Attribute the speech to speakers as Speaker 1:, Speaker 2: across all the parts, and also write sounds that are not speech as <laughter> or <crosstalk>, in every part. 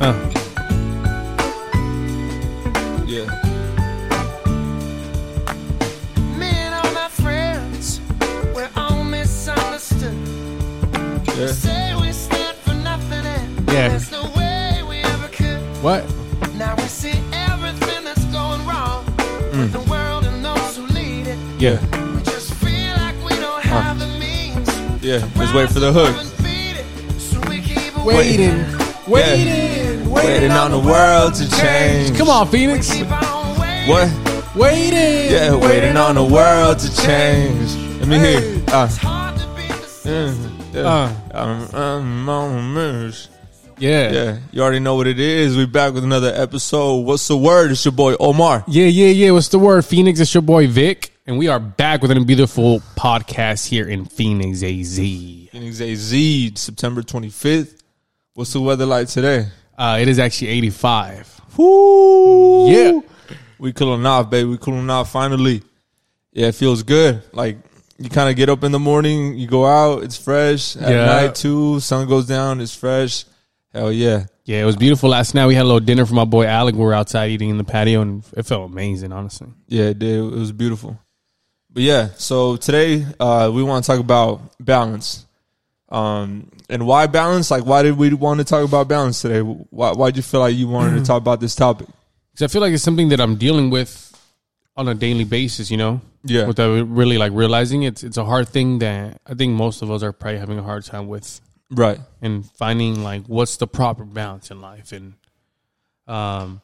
Speaker 1: Oh. Yeah.
Speaker 2: Say we stand for nothing and
Speaker 3: Yeah.
Speaker 2: there's no way we ever could.
Speaker 3: What?
Speaker 2: Now we see everything that's going wrong
Speaker 1: Mm.
Speaker 2: with the world and those who lead it.
Speaker 1: Yeah.
Speaker 2: We just feel like we don't have the means.
Speaker 1: Yeah. Just wait for the hook.
Speaker 3: Waiting, waiting, waiting,
Speaker 1: Waiting on the world to change.
Speaker 3: Come on, Phoenix.
Speaker 1: What?
Speaker 3: Waiting.
Speaker 1: Yeah, waiting on the world to change. Let me hear. you. Uh, yeah, yeah. I'm, I'm on merge.
Speaker 3: Yeah. yeah.
Speaker 1: Yeah, you already know what it is. We back with another episode. What's the word? It's your boy Omar.
Speaker 3: Yeah, yeah, What's the word? Phoenix, it's your boy Vic. And we are back with a beautiful podcast here in Phoenix, AZ.
Speaker 1: Phoenix AZ, September 25th. What's the weather like today?
Speaker 3: Uh, it is actually 85.
Speaker 1: Woo!
Speaker 3: Yeah.
Speaker 1: We cooling off, baby. We cooling off finally. Yeah, it feels good. Like you kind of get up in the morning, you go out, it's fresh. At
Speaker 3: Yeah.
Speaker 1: night too, sun goes down, it's fresh. Hell yeah.
Speaker 3: Yeah, it was beautiful last night. We had a little dinner for my boy Alec. We were outside eating in the patio, and it felt amazing, honestly.
Speaker 1: Yeah, it did. It was beautiful. But yeah, so today uh, we want to talk about balance. Um, and why balance? Like, why did we want to talk about balance today? Why why did you feel like you wanted to talk about this topic?
Speaker 3: Because I feel like it's something that I'm dealing with on a daily basis, you know?
Speaker 1: Yeah.
Speaker 3: Without really like realizing it's it's a hard thing that I think most of us are probably having a hard time with
Speaker 1: Right.
Speaker 3: and finding like what's the proper balance in life and um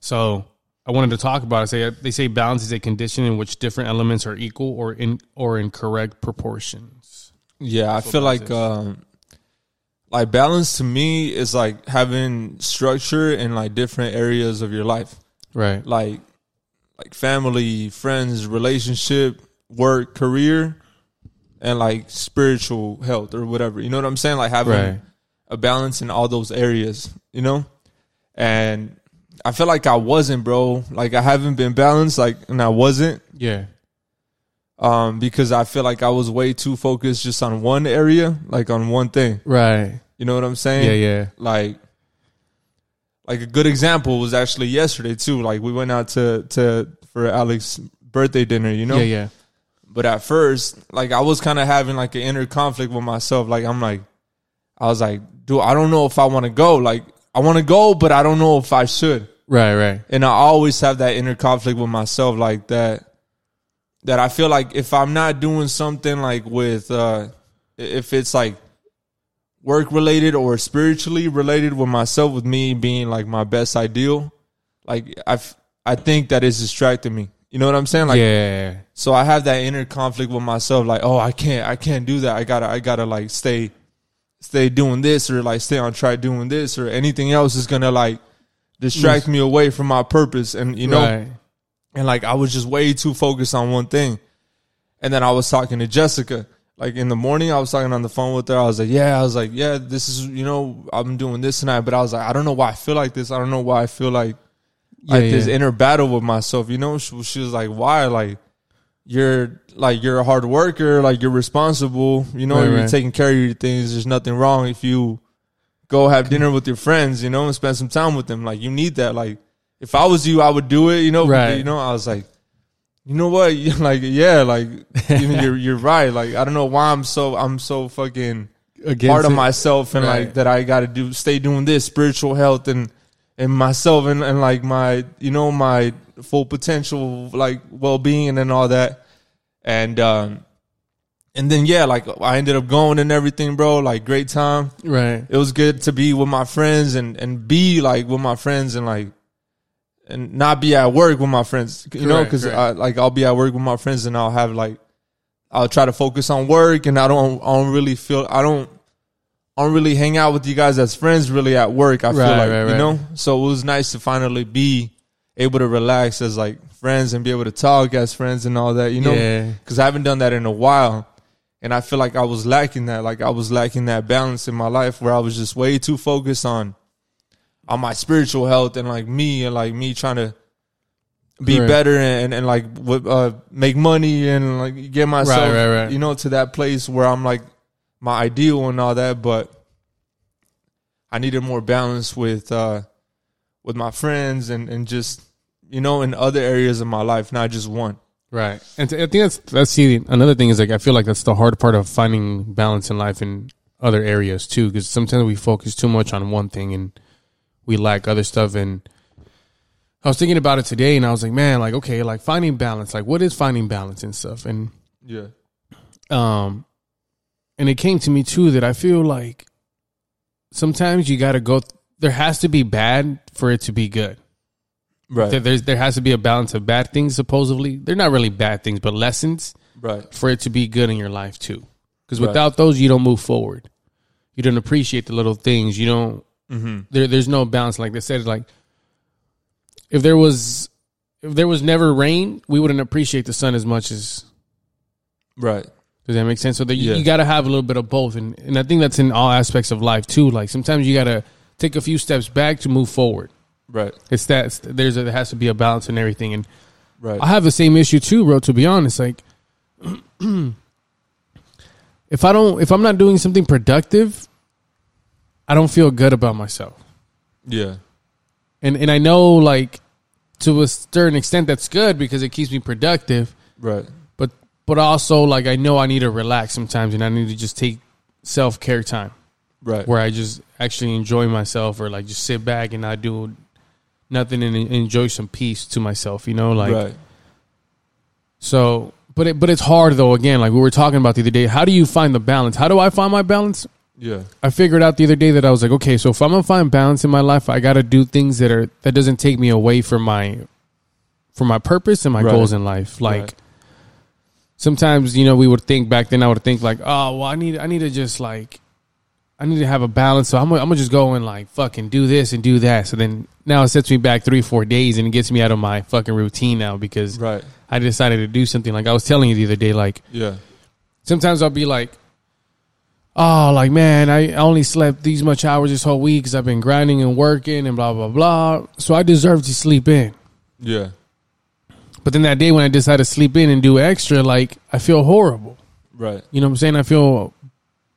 Speaker 3: so I wanted to talk about it. Say they say balance is a condition in which different elements are equal or in or in correct proportions.
Speaker 1: Yeah, I feel
Speaker 3: balance
Speaker 1: like
Speaker 3: is.
Speaker 1: um like balance to me is like having structure in like different areas of your life.
Speaker 3: Right.
Speaker 1: Like like family, friends, relationship, work, career, and like spiritual health or whatever. You know what I'm saying? Like having
Speaker 3: Right.
Speaker 1: a balance in all those areas, you know? And I feel like I wasn't, bro. Like I haven't been balanced, like and I wasn't
Speaker 3: Yeah.
Speaker 1: um because I feel like I was way too focused just on one area, like on one thing.
Speaker 3: Right.
Speaker 1: You know what I'm saying?
Speaker 3: Yeah, yeah.
Speaker 1: Like, like a good example was actually yesterday too. Like we went out to to for Alex's birthday dinner. You know.
Speaker 3: Yeah, yeah.
Speaker 1: But at first, like I was kind of having like an inner conflict with myself. Like I'm like, I was like, dude, I don't know if I want to go. Like I want to go, but I don't know if I should.
Speaker 3: Right, right.
Speaker 1: And I always have that inner conflict with myself, like that. That I feel like if I'm not doing something like with, uh if it's like work related or spiritually related with myself, with me being like my best ideal, like I, f- I think that is distracting me. You know what I'm saying? Like
Speaker 3: yeah.
Speaker 1: so I have that inner conflict with myself, like, oh, I can't, I can't do that. I gotta, I gotta like stay, stay doing this or like stay on track doing this or anything else is gonna like distract me away from my purpose. And you know,
Speaker 3: Right.
Speaker 1: and like I was just way too focused on one thing. And then I was talking to Jessica. Like in the morning, I was talking on the phone with her. I was like, "Yeah," I was like, "Yeah, this is you know I'm doing this tonight." But I was like, "I don't know why I feel like this. I don't know why I feel like like
Speaker 3: Yeah,
Speaker 1: this
Speaker 3: yeah.
Speaker 1: inner battle with myself." You know, she, she was like, "Why? Like you're like you're a hard worker. Like you're responsible. You know,
Speaker 3: Right,
Speaker 1: you're
Speaker 3: right.
Speaker 1: taking care of your things. There's nothing wrong if you go have dinner with your friends. You know, and spend some time with them. Like you need that. Like if I was you, I would do it. You know,
Speaker 3: Right.
Speaker 1: you know, I was like, you know what, <laughs> like yeah, like you
Speaker 3: <laughs>
Speaker 1: know, you're you're right. Like I don't know why I'm so I'm so fucking
Speaker 3: Against
Speaker 1: part of
Speaker 3: it.
Speaker 1: myself and
Speaker 3: Right.
Speaker 1: like that I got to do stay doing this spiritual health and and myself and and like my you know my full potential like well being and all that and um and then yeah like I ended up going and everything bro like great time
Speaker 3: Right.
Speaker 1: it was good to be with my friends and and be like with my friends and like and not be at work with my friends you know
Speaker 3: Correct,
Speaker 1: because
Speaker 3: correct.
Speaker 1: I like I'll be at work with my friends and I'll have like I'll try to focus on work and I don't I don't really feel I don't I don't really hang out with you guys as friends really at work I feel
Speaker 3: Right,
Speaker 1: like
Speaker 3: right,
Speaker 1: you
Speaker 3: right.
Speaker 1: know so it was nice to finally be able to relax as like friends and be able to talk as friends and all that you know
Speaker 3: Yeah.
Speaker 1: because I haven't done that in a while. And I feel like I was lacking that. Like I was lacking that balance in my life where I was just way too focused on on my spiritual health and like me and like me trying to be
Speaker 3: Correct.
Speaker 1: better and, and like w- uh, make money and like get myself
Speaker 3: right, right.
Speaker 1: you know to that place where I'm like my ideal and all that but I needed more balance with uh with my friends and and just you know in other areas of my life not just one
Speaker 3: Right. And I think that's that's see another thing is like I feel like that's the hard part of finding balance in life in other areas too because sometimes we focus too much on one thing and we lack other stuff and I was thinking about it today and I was like, man, like okay, like finding balance, like what is finding balance and stuff and
Speaker 1: Yeah.
Speaker 3: um and it came to me too that I feel like sometimes you got to go there has to be bad for it to be good.
Speaker 1: Right.
Speaker 3: There there's, there has to be a balance of bad things supposedly. They're not really bad things, but lessons
Speaker 1: right.
Speaker 3: for it to be good in your life too. Because
Speaker 1: Right.
Speaker 3: without those, you don't move forward. You don't appreciate the little things. You don't.
Speaker 1: Mm-hmm.
Speaker 3: There, there's no balance. Like they said, like if there was, if there was never rain, we wouldn't appreciate the sun as much as.
Speaker 1: Right.
Speaker 3: Does that make sense? So that you,
Speaker 1: Yeah.
Speaker 3: you got to have a little bit of both, and and I think that's in all aspects of life too. Like sometimes you got to take a few steps back to move forward.
Speaker 1: Right.
Speaker 3: It's that it's- there's a, there has to be a balance in everything, and
Speaker 1: Right.
Speaker 3: I have the same issue too, bro. To be honest, like <clears throat> if I don't, if I'm not doing something productive, I don't feel good about myself.
Speaker 1: yeah.
Speaker 3: And and I know like to a certain extent that's good because it keeps me productive.
Speaker 1: Right.
Speaker 3: But but also like I know I need to relax sometimes, and I need to just take self care time
Speaker 1: Right.
Speaker 3: where I just actually enjoy myself, or like just sit back and not do nothing and en- enjoy some peace to myself. You know, like.
Speaker 1: right.
Speaker 3: So, but it, but it's hard though. Again, like we were talking about the other day, how do you find the balance? How do I find my balance?
Speaker 1: Yeah.
Speaker 3: I figured out the other day that I was like, okay, so if I'm gonna find balance in my life, I gotta do things that are that doesn't take me away from my from my purpose and my
Speaker 1: Right.
Speaker 3: goals in life. Like
Speaker 1: Right.
Speaker 3: sometimes, you know, we would think back then. I would think like, oh, well, I need I need to just like I need to have a balance. So I'm gonna, I'm gonna just go and like fucking do this and do that. So then now it sets me back three four days and it gets me out of my fucking routine now because
Speaker 1: Right.
Speaker 3: I decided to do something. Like I was telling you the other day, like
Speaker 1: Yeah.
Speaker 3: sometimes I'll be like, oh, like man, I only slept these much hours this whole week because I've been grinding and working and blah blah blah. So I deserve to sleep in.
Speaker 1: Yeah.
Speaker 3: But then that day when I decide to sleep in and do extra, like I feel horrible.
Speaker 1: Right.
Speaker 3: You know what I'm saying? I feel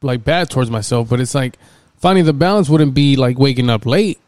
Speaker 3: like bad towards myself. But it's like finding the balance wouldn't be like waking up late.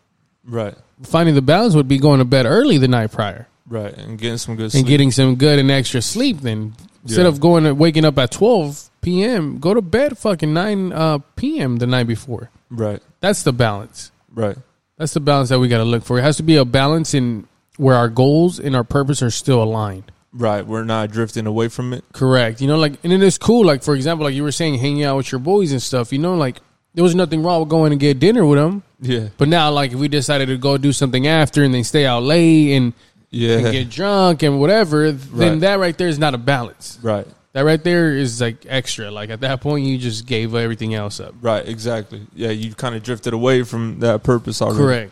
Speaker 1: Right.
Speaker 3: Finding the balance would be going to bed early the night prior.
Speaker 1: Right. And getting some good
Speaker 3: and
Speaker 1: sleep.
Speaker 3: getting some good and extra sleep then instead
Speaker 1: Yeah.
Speaker 3: of going to waking up at 12 p.m go to bed fucking 9 uh, p.m the night before
Speaker 1: right.
Speaker 3: that's the balance
Speaker 1: Right.
Speaker 3: that's the balance that we got to look for it has to be a balance in where our goals and our purpose are still aligned
Speaker 1: Right. We're not drifting away from it.
Speaker 3: correct you know like and then it's cool like for example like you were saying hanging out with your boys and stuff you know like there was nothing wrong with going and get dinner with them
Speaker 1: Yeah.
Speaker 3: but now like if we decided to go do something after and then stay out late and, and
Speaker 1: Yeah.
Speaker 3: get drunk and whatever then
Speaker 1: Right.
Speaker 3: that right there is not a balance
Speaker 1: Right.
Speaker 3: That right there is like extra. Like at that point, you just gave everything else up.
Speaker 1: Right. Exactly. Yeah. You kind of drifted away from that purpose already.
Speaker 3: Correct.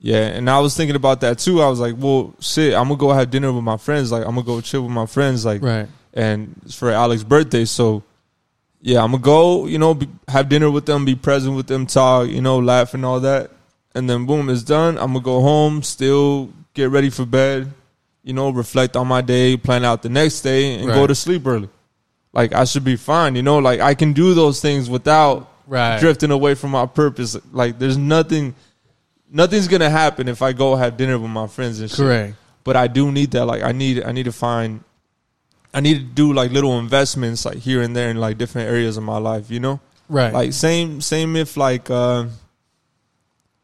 Speaker 1: Yeah, and I was thinking about that too. I was like, well, shit, I'm gonna go have dinner with my friends. Like, I'm gonna go chill with my friends. Like,
Speaker 3: Right.
Speaker 1: and it's for Alex's birthday, so yeah, I'm gonna go. You know, be, have dinner with them, be present with them, talk. You know, laugh and all that. And then boom, it's done. I'm gonna go home, still get ready for bed. You know, reflect on my day, plan out the next day, and go
Speaker 3: Right.
Speaker 1: to sleep early. Like I should be fine. You know, like I can do those things without
Speaker 3: Right.
Speaker 1: drifting away from my purpose. Like there's nothing, nothing's gonna happen if I go have dinner with my friends and shit.
Speaker 3: Correct.
Speaker 1: But I do need that. Like I need, I need to find, I need to do like little investments like here and there in like different areas of my life. You know,
Speaker 3: Right.
Speaker 1: like same, same if like, uh,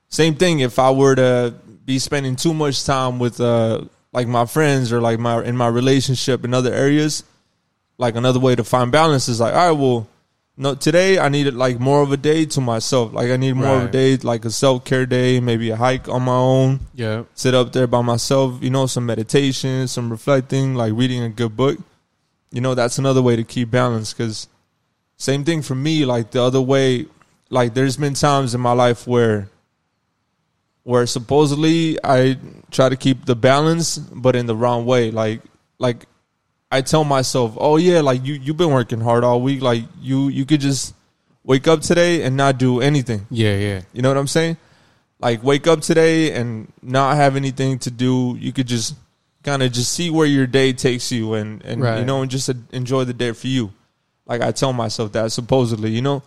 Speaker 1: same thing. If I were to be spending too much time with uh like my friends or like my in my relationship in other areas, like another way to find balance is like, all right, well, no, today I needed like more of a day to myself. Like I need more of a
Speaker 3: Right.
Speaker 1: day, like a self care day, maybe a hike on my own,
Speaker 3: yeah.
Speaker 1: sit up there by myself, you know, some meditation, some reflecting, like reading a good book. You know, that's another way to keep balance because same thing for me, like the other way, like there's been times in my life where where supposedly I try to keep the balance but in the wrong way. Like like I tell myself, "Oh yeah, like you you've been working hard all week. Like you you could just wake up today and not do anything."
Speaker 3: Yeah. Yeah.
Speaker 1: You know what I'm saying? Like wake up today and not have anything to do. You could just kind of just see where your day takes you and and you
Speaker 3: Right.
Speaker 1: know and just uh, enjoy the day for you. Like I tell myself that supposedly, you know.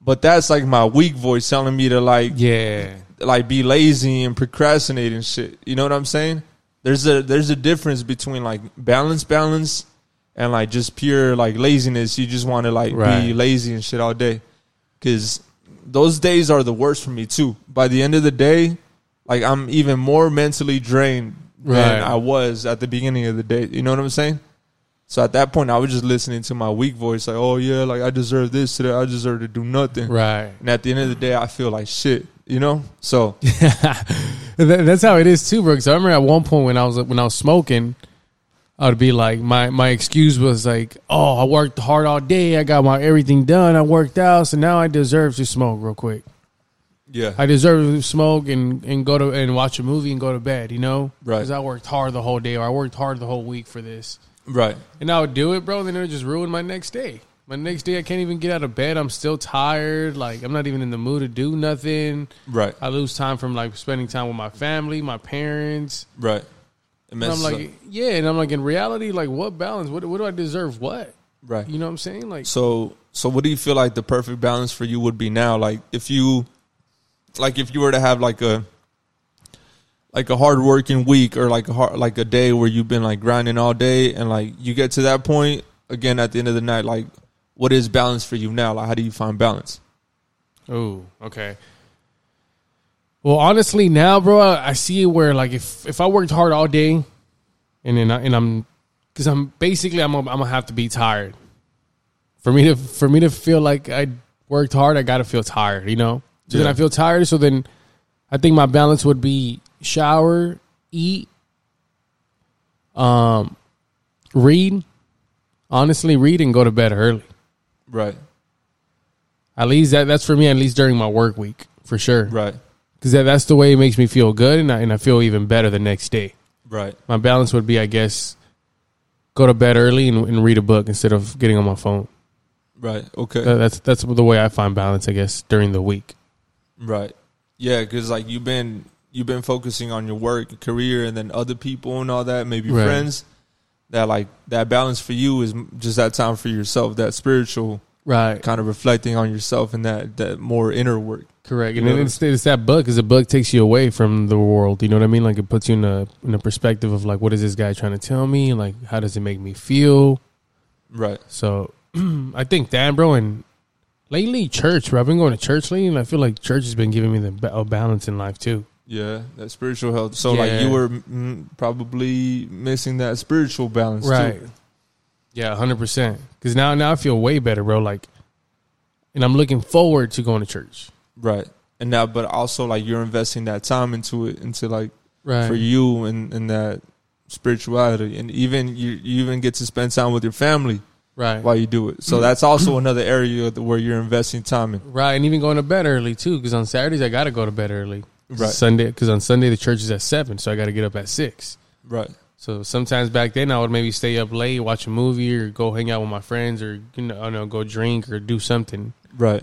Speaker 1: But that's like my weak voice telling me to like
Speaker 3: Yeah.
Speaker 1: like be lazy and procrastinate and shit. You know what I'm saying? there's a there's a difference between like balance, balance, and like just pure like laziness. You just want to like be
Speaker 3: Right.
Speaker 1: lazy and shit all day, because those days are the worst for me too. By the end of the day, like I'm even more mentally drained
Speaker 3: Right.
Speaker 1: than I was at the beginning of the day. You know what I'm saying? So at that point, I was just listening to my weak voice, like, "Oh yeah, like I deserve this today. I deserve to do nothing." <laughs>
Speaker 3: Right.
Speaker 1: And at the end of the day, I feel like shit. You know?
Speaker 3: <laughs>
Speaker 1: So
Speaker 3: That- That's how it is too, bro. 'Cause I remember at one point when I was when I was smoking, I would be like, my my excuse was like, oh, I worked hard all day, I got my everything done, I worked out, so now I deserve to smoke real quick.
Speaker 1: yeah,
Speaker 3: I deserve to smoke and, and go to and watch a movie and go to bed, you know,
Speaker 1: Right.
Speaker 3: Because I worked hard the whole day or I worked hard the whole week for this,
Speaker 1: right.
Speaker 3: and I would do it, bro. And then it would just ruin my next day. My next day, I can't even get out of bed. I'm still tired. Like I'm not even in the mood to do nothing.
Speaker 1: Right.
Speaker 3: I lose time from like spending time with my family, my parents.
Speaker 1: Right. It
Speaker 3: And
Speaker 1: messes
Speaker 3: I'm like,
Speaker 1: up.
Speaker 3: yeah, and I'm like, in reality, like, what balance? What, what do I deserve? What?
Speaker 1: right.
Speaker 3: You know what I'm saying? Like,
Speaker 1: So, so what do you feel like the perfect balance for you would be now? Like, if you, like, if you were to have like a, like a hard working week or like a hard, like a day where you've been like grinding all day and like you get to that point again at the end of the night, like, what is balance for you now? Like, how do you find balance?
Speaker 3: oh, okay. Well, honestly, now, bro, I I see it where like if if I worked hard all day, and then I, and I'm, because I'm basically I'm gonna- I'm gonna have to be tired. For me to for me to feel like I worked hard, I gotta feel tired. You know. So
Speaker 1: Yeah.
Speaker 3: then I feel tired. So then, I think my balance would be shower, eat, um, read. Honestly, read and go to bed early.
Speaker 1: Right.
Speaker 3: At least that, that's for me. At least during my work week, for sure.
Speaker 1: Right.
Speaker 3: Because that, that's the way it makes me feel good, and I, and I feel even better the next day.
Speaker 1: Right.
Speaker 3: My balance would be, I guess, go to bed early and, and read a book instead of getting on my phone.
Speaker 1: Right. Okay.
Speaker 3: That, that's that's the way I find balance, I guess, during the week.
Speaker 1: Right. Yeah, because like you've been you've been focusing on your work, career, and then other people and all that, maybe
Speaker 3: Right.
Speaker 1: friends. That like that balance for you is m- just that time for yourself, that spiritual
Speaker 3: Right.
Speaker 1: kind of reflecting on yourself and that that more inner work.
Speaker 3: Correct. And
Speaker 1: You
Speaker 3: then
Speaker 1: know?
Speaker 3: it's, it's that book because the book takes you away from the world. You know what I mean? Like it puts you in a in a perspective of like, what is this guy trying to tell me? Like, how does it make me feel?
Speaker 1: Right.
Speaker 3: So <clears throat> I think that, bro, and lately church, bro. I've been going to church lately, and I feel like church has been giving me the ba- a balance in life too.
Speaker 1: Yeah, that spiritual health. So like
Speaker 3: Yeah.
Speaker 1: you were mm, probably missing that spiritual balance too.
Speaker 3: Yeah, hundred percent. Because now, now I feel way better, bro. Like, and I'm looking forward to going to church.
Speaker 1: Right. And now but also like you're investing that time into it into like
Speaker 3: Right.
Speaker 1: for you and, and that spirituality and even you, you even get to spend time with your family
Speaker 3: Right.
Speaker 1: while you do it so that's <clears throat> also another area that- where you're investing time in
Speaker 3: Right. And even going to bed early too, because on Saturdays I gotta go to bed early.
Speaker 1: Right.
Speaker 3: Sunday, because on Sunday the church is at seven, so I gotta get up at six.
Speaker 1: right
Speaker 3: So sometimes back then I would maybe stay up late, watch a movie, or go hang out with my friends, or you know, I don't know, go drink or do something.
Speaker 1: right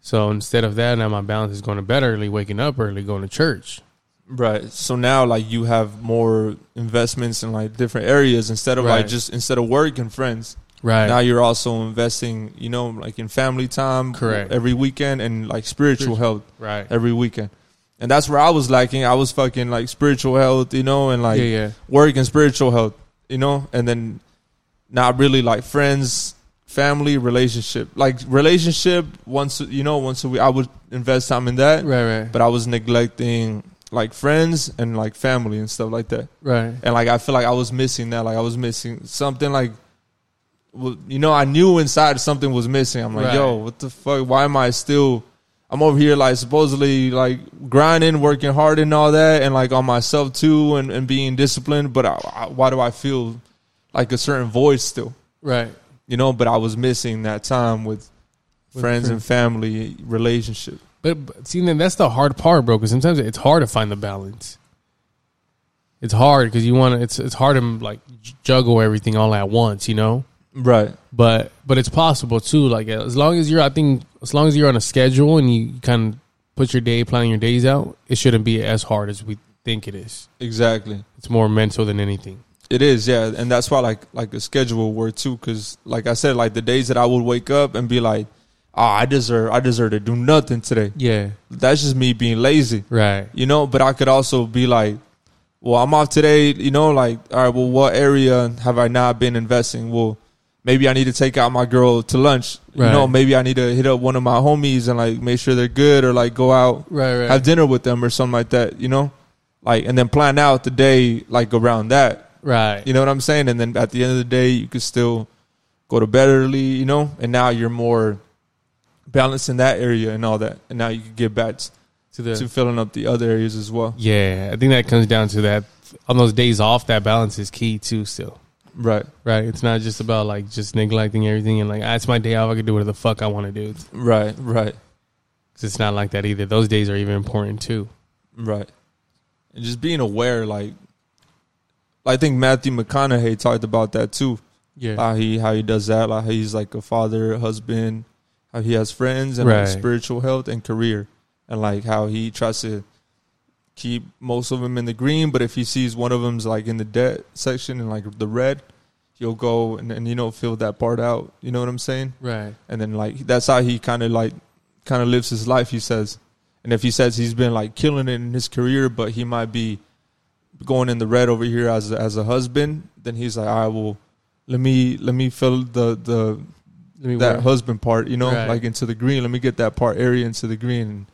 Speaker 3: So instead of that, now my balance is going to bed early, waking up early, going to church.
Speaker 1: right so now like you have more investments in like different areas instead of like
Speaker 3: Right.
Speaker 1: just instead of work and friends
Speaker 3: Right.
Speaker 1: now you're also investing you know like in family time
Speaker 3: Correct.
Speaker 1: every weekend and like spiritual health
Speaker 3: right.
Speaker 1: every weekend and that's where i was lacking i was fucking like spiritual health you know and like
Speaker 3: yeah, yeah.
Speaker 1: work and spiritual health, you know, and then not really like friends, family, relationship. Like relationship once you know, once a week I would invest time in that.
Speaker 3: Right, right.
Speaker 1: But I was neglecting like friends and like family and stuff like that.
Speaker 3: right.
Speaker 1: And like I feel like I was missing that. Like I was missing something like well, you know, I knew inside something was missing. I'm like,
Speaker 3: Right.
Speaker 1: yo, what the fuck? Why am I still I'm over here like supposedly like grinding, working hard and all that and like on myself too and, and being disciplined, but I, I, why do I feel like a certain void still?
Speaker 3: Right.
Speaker 1: You know, but I was missing that time with,
Speaker 3: With
Speaker 1: friends
Speaker 3: friends.
Speaker 1: and family relationship.
Speaker 3: But, but see, then that's the hard part, bro. Because sometimes it's hard to find the balance. It's hard because you want to. It's it's hard to like j- juggle everything all at once, you know.
Speaker 1: Right.
Speaker 3: But but it's possible too. Like as long as you're, I think, as long as you're on a schedule and you kind of put your day, planning your days out, it shouldn't be as hard as we think it is.
Speaker 1: Exactly.
Speaker 3: It's more mental than anything.
Speaker 1: It is, yeah, and that's why like like a schedule work too, because like I said, like the days that I would wake up and be like, oh, I deserve, I deserve to do nothing today.
Speaker 3: Yeah.
Speaker 1: That's just me being lazy,
Speaker 3: Right.
Speaker 1: you know. But I could also be like, well, I'm off today, you know, like, all right, well, what area have I not been investing? Well, maybe I need to take out my girl to lunch. You
Speaker 3: Right.
Speaker 1: know, maybe I need to hit up one of my homies and like make sure they're good or like go out,
Speaker 3: Right, right.
Speaker 1: have dinner with them or something like that, you know? Like, and then plan out the day like around that.
Speaker 3: Right.
Speaker 1: You know what I'm saying? And then at the end of the day, you could still go to bed early, you know? And now you're more balanced in that area and all that. And now you can get back
Speaker 3: to the,
Speaker 1: to filling up the other areas as well.
Speaker 3: yeah, I think that comes down to that. On those days off, that balance is key too. Still,
Speaker 1: Right.
Speaker 3: right? It's not just about like just neglecting everything and like ah, it's my day off. I can do whatever the fuck I want to do. It's,
Speaker 1: Right. Right.
Speaker 3: 'cause it's not like that either. Those days are even important too.
Speaker 1: Right. And just being aware, like I think Matthew McConaughey talked about that too.
Speaker 3: Yeah.
Speaker 1: How he how he does that, like how he's like a father, a husband, how he has friends and
Speaker 3: Right.
Speaker 1: like spiritual health and career. And like how he tries to keep most of them in the green, but if he sees one of them's like in the debt section and like the red, he'll go and, and you know fill that part out. You know what I'm saying?
Speaker 3: right.
Speaker 1: and then like that's how he kind of like kind of lives his life he says and if he says he's been like killing it in his career but he might be going in the red over here as a, as a husband then he's like all right well let me let me fill the the
Speaker 3: Let me
Speaker 1: that
Speaker 3: work.
Speaker 1: husband part you know
Speaker 3: Right.
Speaker 1: like into the green let me get that part area into the green and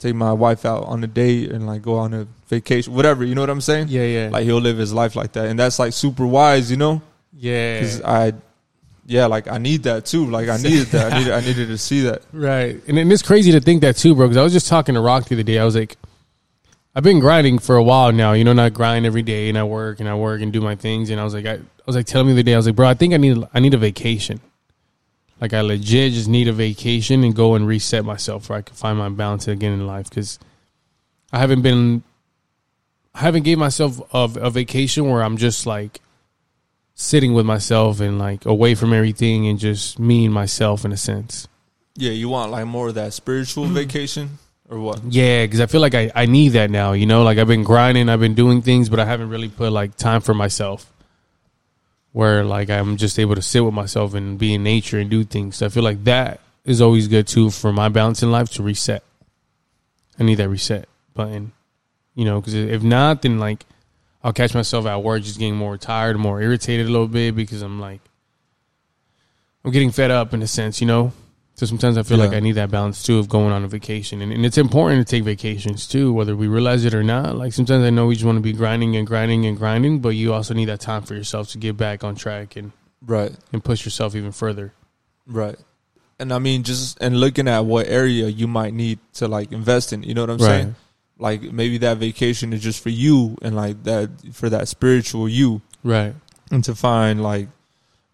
Speaker 1: take my wife out on a date and like go on a vacation whatever you know what i'm saying
Speaker 3: Yeah, yeah,
Speaker 1: like he'll live his life like that and that's like super wise you know
Speaker 3: yeah.
Speaker 1: because I, yeah, like I need that too. Like I needed <laughs> that. I needed, I needed to see that.
Speaker 3: Right. And, and it's crazy to think that too, bro, because I was just talking to Rock the other day. I was like, I've been grinding for a while now, you know, and I grind every day and I work and I work and do my things. And I was like, I, I was like, telling me the other day, I was like, bro, I think I need, I need a vacation. Like I legit just need a vacation and go and reset myself where I can find my balance again in life. Cause I haven't been, I haven't gave myself a, a vacation where I'm just like sitting with myself and like away from everything and just me and myself in a sense.
Speaker 1: Yeah, you want like more of that spiritual vacation or what?
Speaker 3: Yeah, because I feel like I, I need that now. You know, like I've been grinding, I've been doing things, but I haven't really put like time for myself. Where like I'm just able to sit with myself and be in nature and do things. So I feel like that is always good too for my balance in life to reset. I need that reset button, you know, because if not, then like I'll catch myself at work just getting more tired, more irritated a little bit because I'm like I'm getting fed up in a sense, you know. So sometimes I feel like
Speaker 1: Yeah.
Speaker 3: I need that balance too of going on a vacation, and, and it's important to take vacations too, whether we realize it or not. Like sometimes I know we just want to be grinding and grinding and grinding, but you also need that time for yourself to get back on track and
Speaker 1: Right,
Speaker 3: and push yourself even further.
Speaker 1: right. And I mean, just and looking at what area you might need to like invest in. You know what I'm saying? Like maybe that vacation is just for you and like that for that spiritual you.
Speaker 3: Right.
Speaker 1: and to find like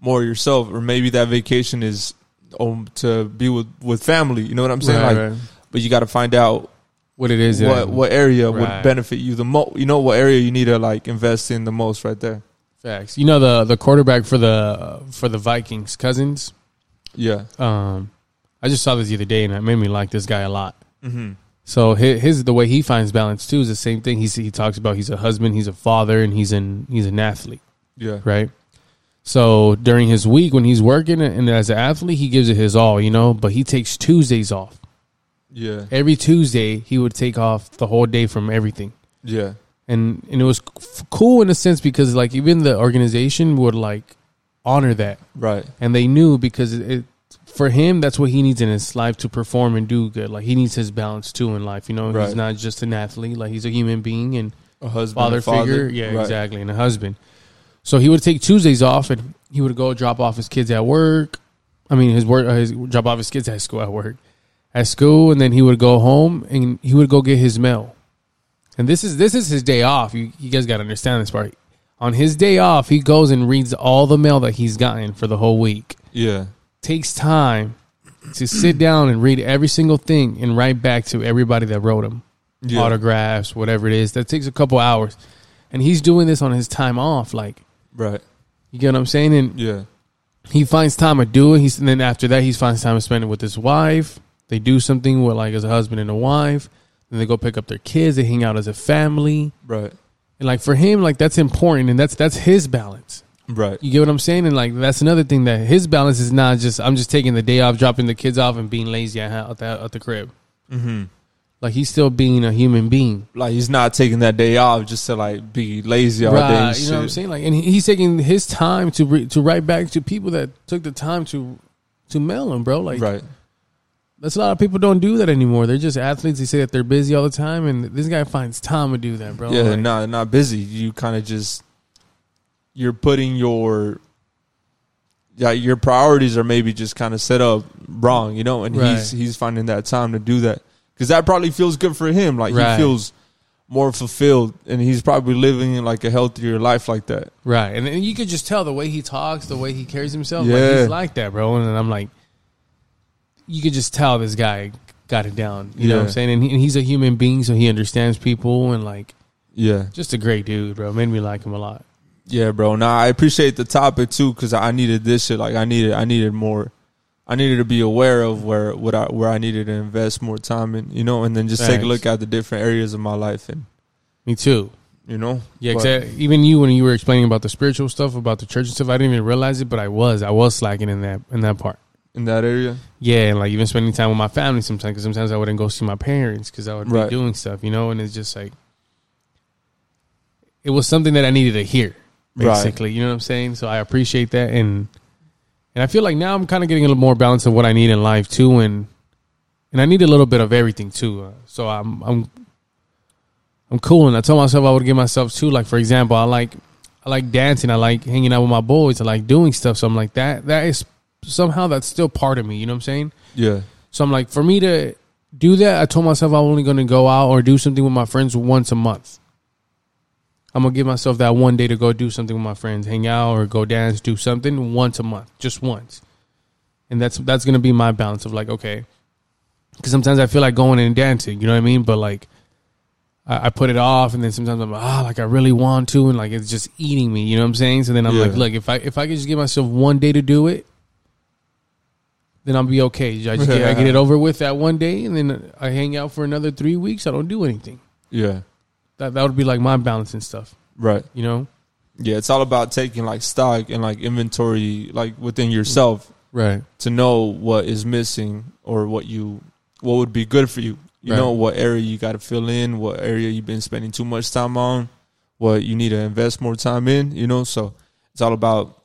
Speaker 1: more yourself or maybe that vacation is um, to be with with family you know what i'm saying
Speaker 3: Right,
Speaker 1: like
Speaker 3: right.
Speaker 1: but you got to find out
Speaker 3: What it is.
Speaker 1: what
Speaker 3: yeah.
Speaker 1: what area
Speaker 3: Right.
Speaker 1: would benefit you the most you know what area you need to like invest in the most right there
Speaker 3: facts? You know the the quarterback for the for the Vikings, Cousins.
Speaker 1: yeah
Speaker 3: Um, I just saw this the other day, and it made me like this guy a lot.
Speaker 1: hmm
Speaker 3: So his, his the way he finds balance too is the same thing. He's, he talks about he's a husband, he's a father, and he's an he's an athlete,
Speaker 1: yeah
Speaker 3: right? So during his week when he's working and as an athlete, he gives it his all, you know. But he takes Tuesdays off.
Speaker 1: yeah
Speaker 3: Every Tuesday, he would take off the whole day from everything,
Speaker 1: yeah
Speaker 3: and and it was c- cool in a sense because like even the organization would like honor that
Speaker 1: right
Speaker 3: and they knew because it for him that's what he needs in his life to perform and do good like he needs his balance too in life you know
Speaker 1: Right.
Speaker 3: he's not just an athlete like he's a human being and
Speaker 1: a husband
Speaker 3: father,
Speaker 1: a father
Speaker 3: figure yeah
Speaker 1: Right.
Speaker 3: exactly and a husband so he would take tuesdays off and he would go drop off his kids at work i mean his work uh, his drop off his kids at school at work at school and then he would go home and he would go get his mail and this is this is his day off you, you guys got to understand this part on his day off he goes and reads all the mail that he's gotten for the whole week
Speaker 1: yeah
Speaker 3: takes time to sit down and read every single thing and write back to everybody that wrote him
Speaker 1: yeah
Speaker 3: autographs whatever it is that takes a couple hours and he's doing this on his time off like
Speaker 1: right
Speaker 3: you get what i'm saying and
Speaker 1: yeah
Speaker 3: he finds time to do it he's and then after that he finds time to spend it with his wife they do something with like as a husband and a wife then they go pick up their kids they hang out as a family
Speaker 1: right
Speaker 3: and like for him like that's important and that's that's his balance
Speaker 1: right
Speaker 3: you get what I'm saying? And like that's another thing that his balance is not just I'm just taking the day off, dropping the kids off, and being lazy at, ho- at, the, at the crib.
Speaker 1: mm-hmm.
Speaker 3: Like he's still being a human being.
Speaker 1: Like he's not taking that day off just to like be lazy all day.
Speaker 3: Right,
Speaker 1: and
Speaker 3: you know what I'm
Speaker 1: shit.
Speaker 3: saying? Like, and he- he's taking his time to re- to write back to people that took the time to to mail him, bro. Like,
Speaker 1: Right.
Speaker 3: that's a lot of people don't do that anymore. They're just athletes. They say that they're busy all the time, and this guy finds time to do that, bro.
Speaker 1: yeah,
Speaker 3: Like,
Speaker 1: not not busy. You kind of just you're putting your yeah your priorities are maybe just kind of set up wrong, you know. And he's
Speaker 3: Right.
Speaker 1: he's finding that time to do that because that probably feels good for him. Like he
Speaker 3: Right.
Speaker 1: feels more fulfilled, and he's probably living like a healthier life like that.
Speaker 3: right. And, and you could just tell the way he talks, the way he carries himself. Like,
Speaker 1: Yeah.
Speaker 3: he's like that, bro. And I'm like, you could just tell this guy got it down. You know what I'm
Speaker 1: Yeah.
Speaker 3: saying? And, he, and he's a human being, so he understands people, and like,
Speaker 1: Yeah,
Speaker 3: just a great dude, bro. Made me like him a lot.
Speaker 1: yeah, bro. Now I appreciate the topic too because I needed this shit. Like I needed I needed more. I needed to be aware of where what I where I needed to invest more time in, you know, and then just take
Speaker 3: Thanks.
Speaker 1: a look at the different areas of my life and
Speaker 3: Me too.
Speaker 1: you know.
Speaker 3: Yeah,
Speaker 1: But-
Speaker 3: exactly. Even you, when you were explaining about the spiritual stuff, about the church and stuff, I didn't even realize it, but I was, I was slacking in that in that part.
Speaker 1: in that area.
Speaker 3: Yeah, and like even spending time with my family sometimes, because sometimes I wouldn't go see my parents because I would
Speaker 1: Right.
Speaker 3: be doing stuff, you know. And it's just like it was something that I needed to hear,
Speaker 1: Right.
Speaker 3: basically. You know what I'm saying? So I appreciate that, and and I feel like now I'm kind of getting a little more balance of what I need in life too, and and I need a little bit of everything too. Uh, so I'm I'm I'm cool, and I told myself I would give myself too. Like for example, I like I like dancing, I like hanging out with my boys, I like doing stuff. So I'm like that that is somehow that's still part of me. You know what I'm saying?
Speaker 1: Yeah.
Speaker 3: So I'm like, for me to do that, I told myself I'm only going to go out or do something with my friends once a month. I'm gonna give myself that one day to go do something with my friends, hang out or go dance, do something once a month, just once. And that's that's gonna be my balance of like, okay, because sometimes I feel like going and dancing, you know what I mean? But like, I, I put it off, and then sometimes I'm like, ah, like I really want to, and like it's just eating me, you know what I'm saying? So then I'm like,
Speaker 1: Yeah.
Speaker 3: look, if I if I could just give myself one day to do it, then I'll be okay. I just get, I <laughs> get it over with that one day, and then I hang out for another three weeks. I don't do anything.
Speaker 1: Yeah.
Speaker 3: That that would be like my balance and stuff,
Speaker 1: Right.
Speaker 3: you know?
Speaker 1: Yeah. It's all about taking like stock and like inventory like within yourself
Speaker 3: Right.
Speaker 1: to know what is missing or what you what would be good for you. You
Speaker 3: Right.
Speaker 1: know what area you got to fill in, what area you've been spending too much time on, what you need to invest more time in. You know, so it's all about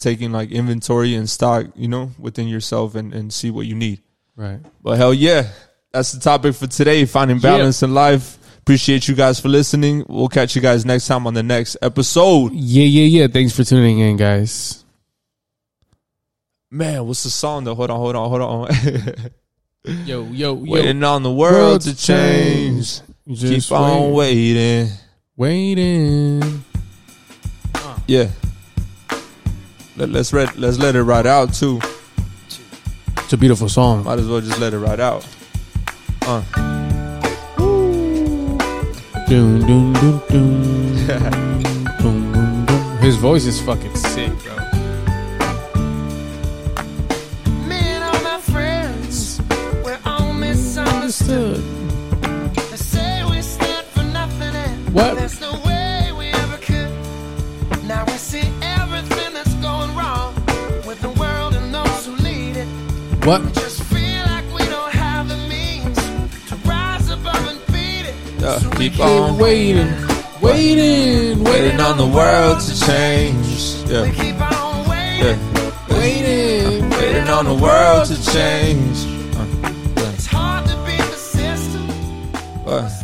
Speaker 1: taking like inventory and stock. You know, within yourself and and see what you need.
Speaker 3: Right.
Speaker 1: But hell yeah, that's the topic for today. Finding balance in life. Appreciate you guys for listening. We'll catch you guys next time on the next episode.
Speaker 3: Yeah, yeah, yeah. Thanks for tuning in, guys.
Speaker 1: Man, what's the song though? Hold on, hold on, <laughs> hold on.
Speaker 3: Yo, yo, yo.
Speaker 1: waiting on the world to change.
Speaker 3: Just
Speaker 1: Keep on
Speaker 3: wait-
Speaker 1: waiting.
Speaker 3: waiting.
Speaker 1: Yeah. Let, let's let let's let it ride out too.
Speaker 3: It's a beautiful song.
Speaker 1: Might as well just let it ride out. Uh,
Speaker 3: Dun, dun, dun,
Speaker 1: <laughs>
Speaker 3: dun. Dun, dun, dun. His voice is fucking sick, bro.
Speaker 2: Me and all my friends, we're all misunderstood. They say we stand for nothing and
Speaker 3: What?
Speaker 2: there's no way we ever could. Now we see everything that's going wrong with the world and those who lead it.
Speaker 3: What?
Speaker 2: Just feel like we don't have the means to rise above and beat it.
Speaker 1: yeah,
Speaker 2: So we
Speaker 1: keep on waiting,
Speaker 3: waiting, waiting, waiting,
Speaker 1: on the world to change.
Speaker 2: We
Speaker 1: Yeah,
Speaker 2: keep on waiting.
Speaker 1: yeah.
Speaker 3: waiting.
Speaker 1: Waiting on the world to change. Uh,
Speaker 2: It's hard to be persistent.
Speaker 1: uh.